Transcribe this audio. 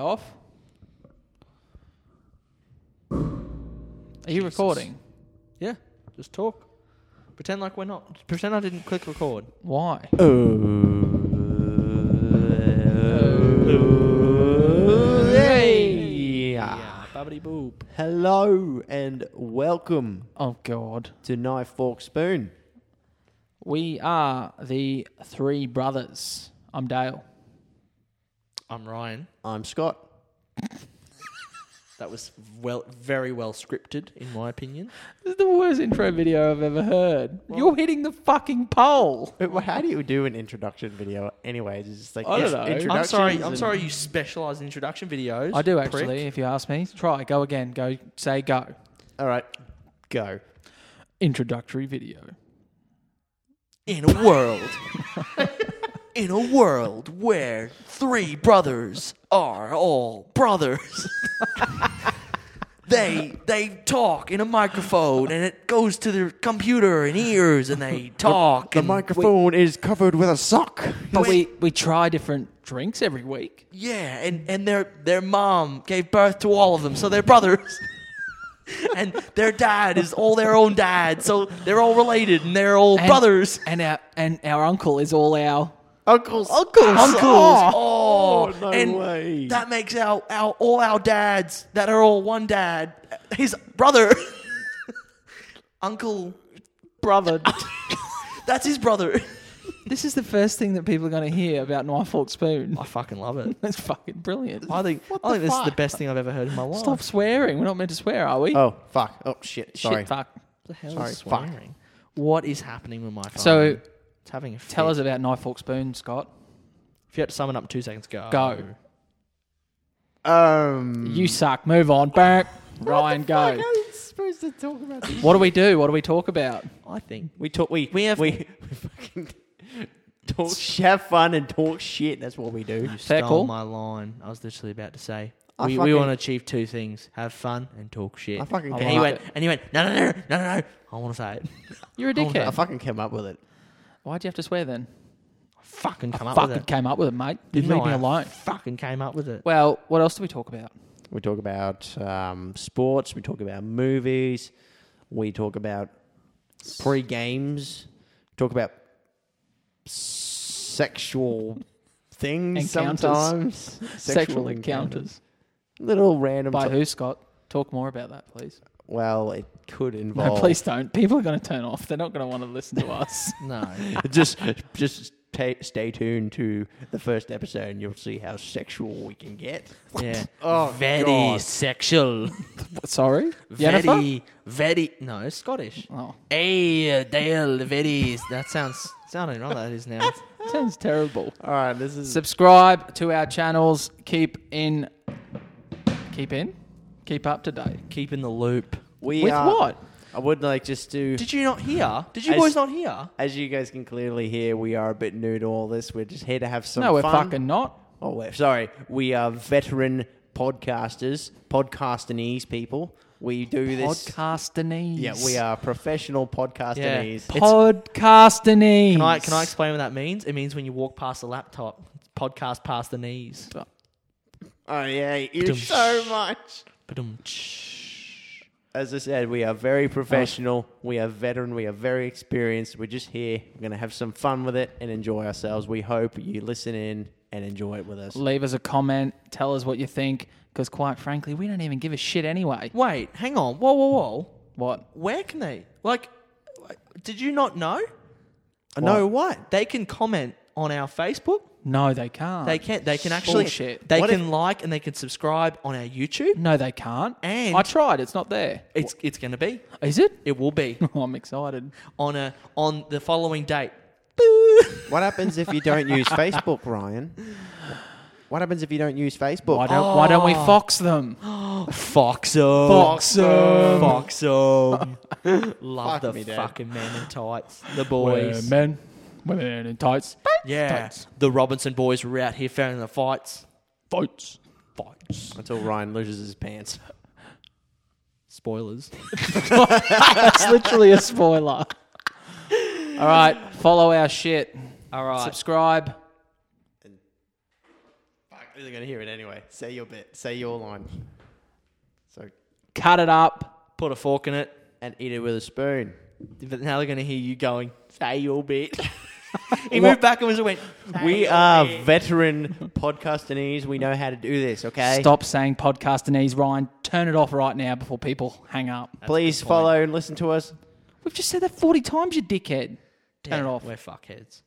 off. Are you recording? Yeah, just talk. Pretend like we're not. just Pretend I didn't click record. Why? Yeah, bubbly boop. Hello and welcome Oh God, to Knife Fork Spoon. we are the three brothers. I'm Dale. I'm Ryan. I'm Scott. That was well, very well scripted, in my opinion. This is the worst intro video I've ever heard. You're hitting the fucking pole. But How do you do an introduction video? Anyways, it's just like I don't know. I'm I'm introductions sorry. I'm and- sorry. You specialize in introduction videos. I do prick. actually. If you ask me, try go again. Go say go. All right, go. Introductory video. In a world, in a world where three brothers are all brothers. They they talk in a microphone and it goes to their computer and ears and they talk. The and microphone is covered with a sock. But we we try different drinks every week. Yeah, and, and their their mom gave birth to all of them, so they're brothers. and their dad is all their own dad, so they're all related and they're all And- brothers. And our and our uncle is all our Uncle's uncles. Uncles. Oh, no and way. That makes our, our all our dads that are all one dad his brother. Uncle brother. that's his brother. This is the first thing that people are going to hear about knife, fork, spoon. I fucking love it. That's fucking brilliant. I think What I think the this is the fuck? best thing I've ever heard in my life. Stop swearing. We're not meant to swear, are we? Oh fuck! Oh shit! Sorry. Shit, fuck. the hell Sorry, is fuck. swearing? What is happening with my phone? So it's having a tell fit. us about knife, fork, spoon, Scott. If you had to sum it up in two seconds, go. Go. Um, You suck. Move on. Back. Ryan, fuck, go. how are you supposed to talk about this? What do we do? What do we talk about? I think. We talk. We We have- we, we fucking talk. sh- Have fun and talk shit. That's what we do. Fair stole call. my line. I was literally about to say. I we we fucking- want to achieve two things: have fun and talk shit. I fucking I and came he like up. it. went, and he went, no, no, no, no, no, no. I want to say it. You're a I dickhead. fucking came up with it. Why'd you have to swear then? fucking come up Fucking with it. came up with it, mate. Leave me Didn't I? alone. Fucking came up with it. Well, what else do we talk about? We talk about um, sports. We talk about movies. We talk about pre games. Talk about sexual things Encounters. sometimes. Sexual, Sexual encounters. Little random. By to- who, Scott? Talk more about that, please. Well, it could No, involve. please don't. People are going to turn off. They're not going to want to listen to us. no. just just ta stay tuned to the first episode, and you'll see how sexual we can get. Yeah. Oh, very God. sexual. Sorry? Jennifer? Very, very. No, it's Scottish. Oh, Hey, uh, Dale, very. That sounds sounding wrong. That is now. sounds terrible. All right, this is Subscribe to our channels. Keep in. Keep in? Keep up to date. Keeping the loop. we With are- what? I would like just to. Did you not hear? Did you As- boys not hear? As you guys can clearly hear, we are a bit new to all this. We're just here to have some No, we're fun. fucking not. Oh, we're, sorry. We are veteran podcasters, podcastinese people. We do this. Podcastinese. Yeah, we are professional podcastinese. Yeah. It's- Podcastinese. Can I, can I explain what that means? It means when you walk past the laptop, podcast past the knees. Oh, yeah, you Ba-dum. so much. Ba-dum-tsh. As I said, we are very professional. We are veteran. We are very experienced. We're just here. We're going to have some fun with it and enjoy ourselves. We hope you listen in and enjoy it with us. Leave us a comment. Tell us what you think. Because quite frankly, we don't even give a shit anyway. Wait, hang on. Whoa, whoa, whoa. What? Where can they? Like, did you not know? No, what? They can comment on our Facebook. No, they can't. They can. They can actually. Bullshit. They What can like and they can subscribe on our YouTube. No, they can't. And- I tried. It's not there. It's it's gonna be. Is it? Oh, It will be I'm excited. on a on the following date. What happens if you don't use Facebook, Ryan? What happens if you don't use Facebook? Oh. Why don't, why don't we fox them? Foxo. Foxum. Foxum. Love Fuck the me, Dad. fucking men in tights. The boys. men, women in tights. yeah. Tights. The Robinson boys were out here fighting the fights. Votes. Fights. Until Ryan loses his pants. Spoilers. That's literally a spoiler. All right, follow our shit. All right. Subscribe. Fuck They're going to hear it anyway. Say your bit. Say your line. So Cut it up. Put a fork in it. and eat it with a spoon. But now they're going to hear you going, say your bit. he What? moved backwards and went, We are veteran podcastinees. We know how to do this. Okay. Stop saying podcastinese, Ryan. Turn it off right now before people hang up. Please follow and listen to us. We've just said that 40 times, you dickhead. Turn it off. We're fuckheads.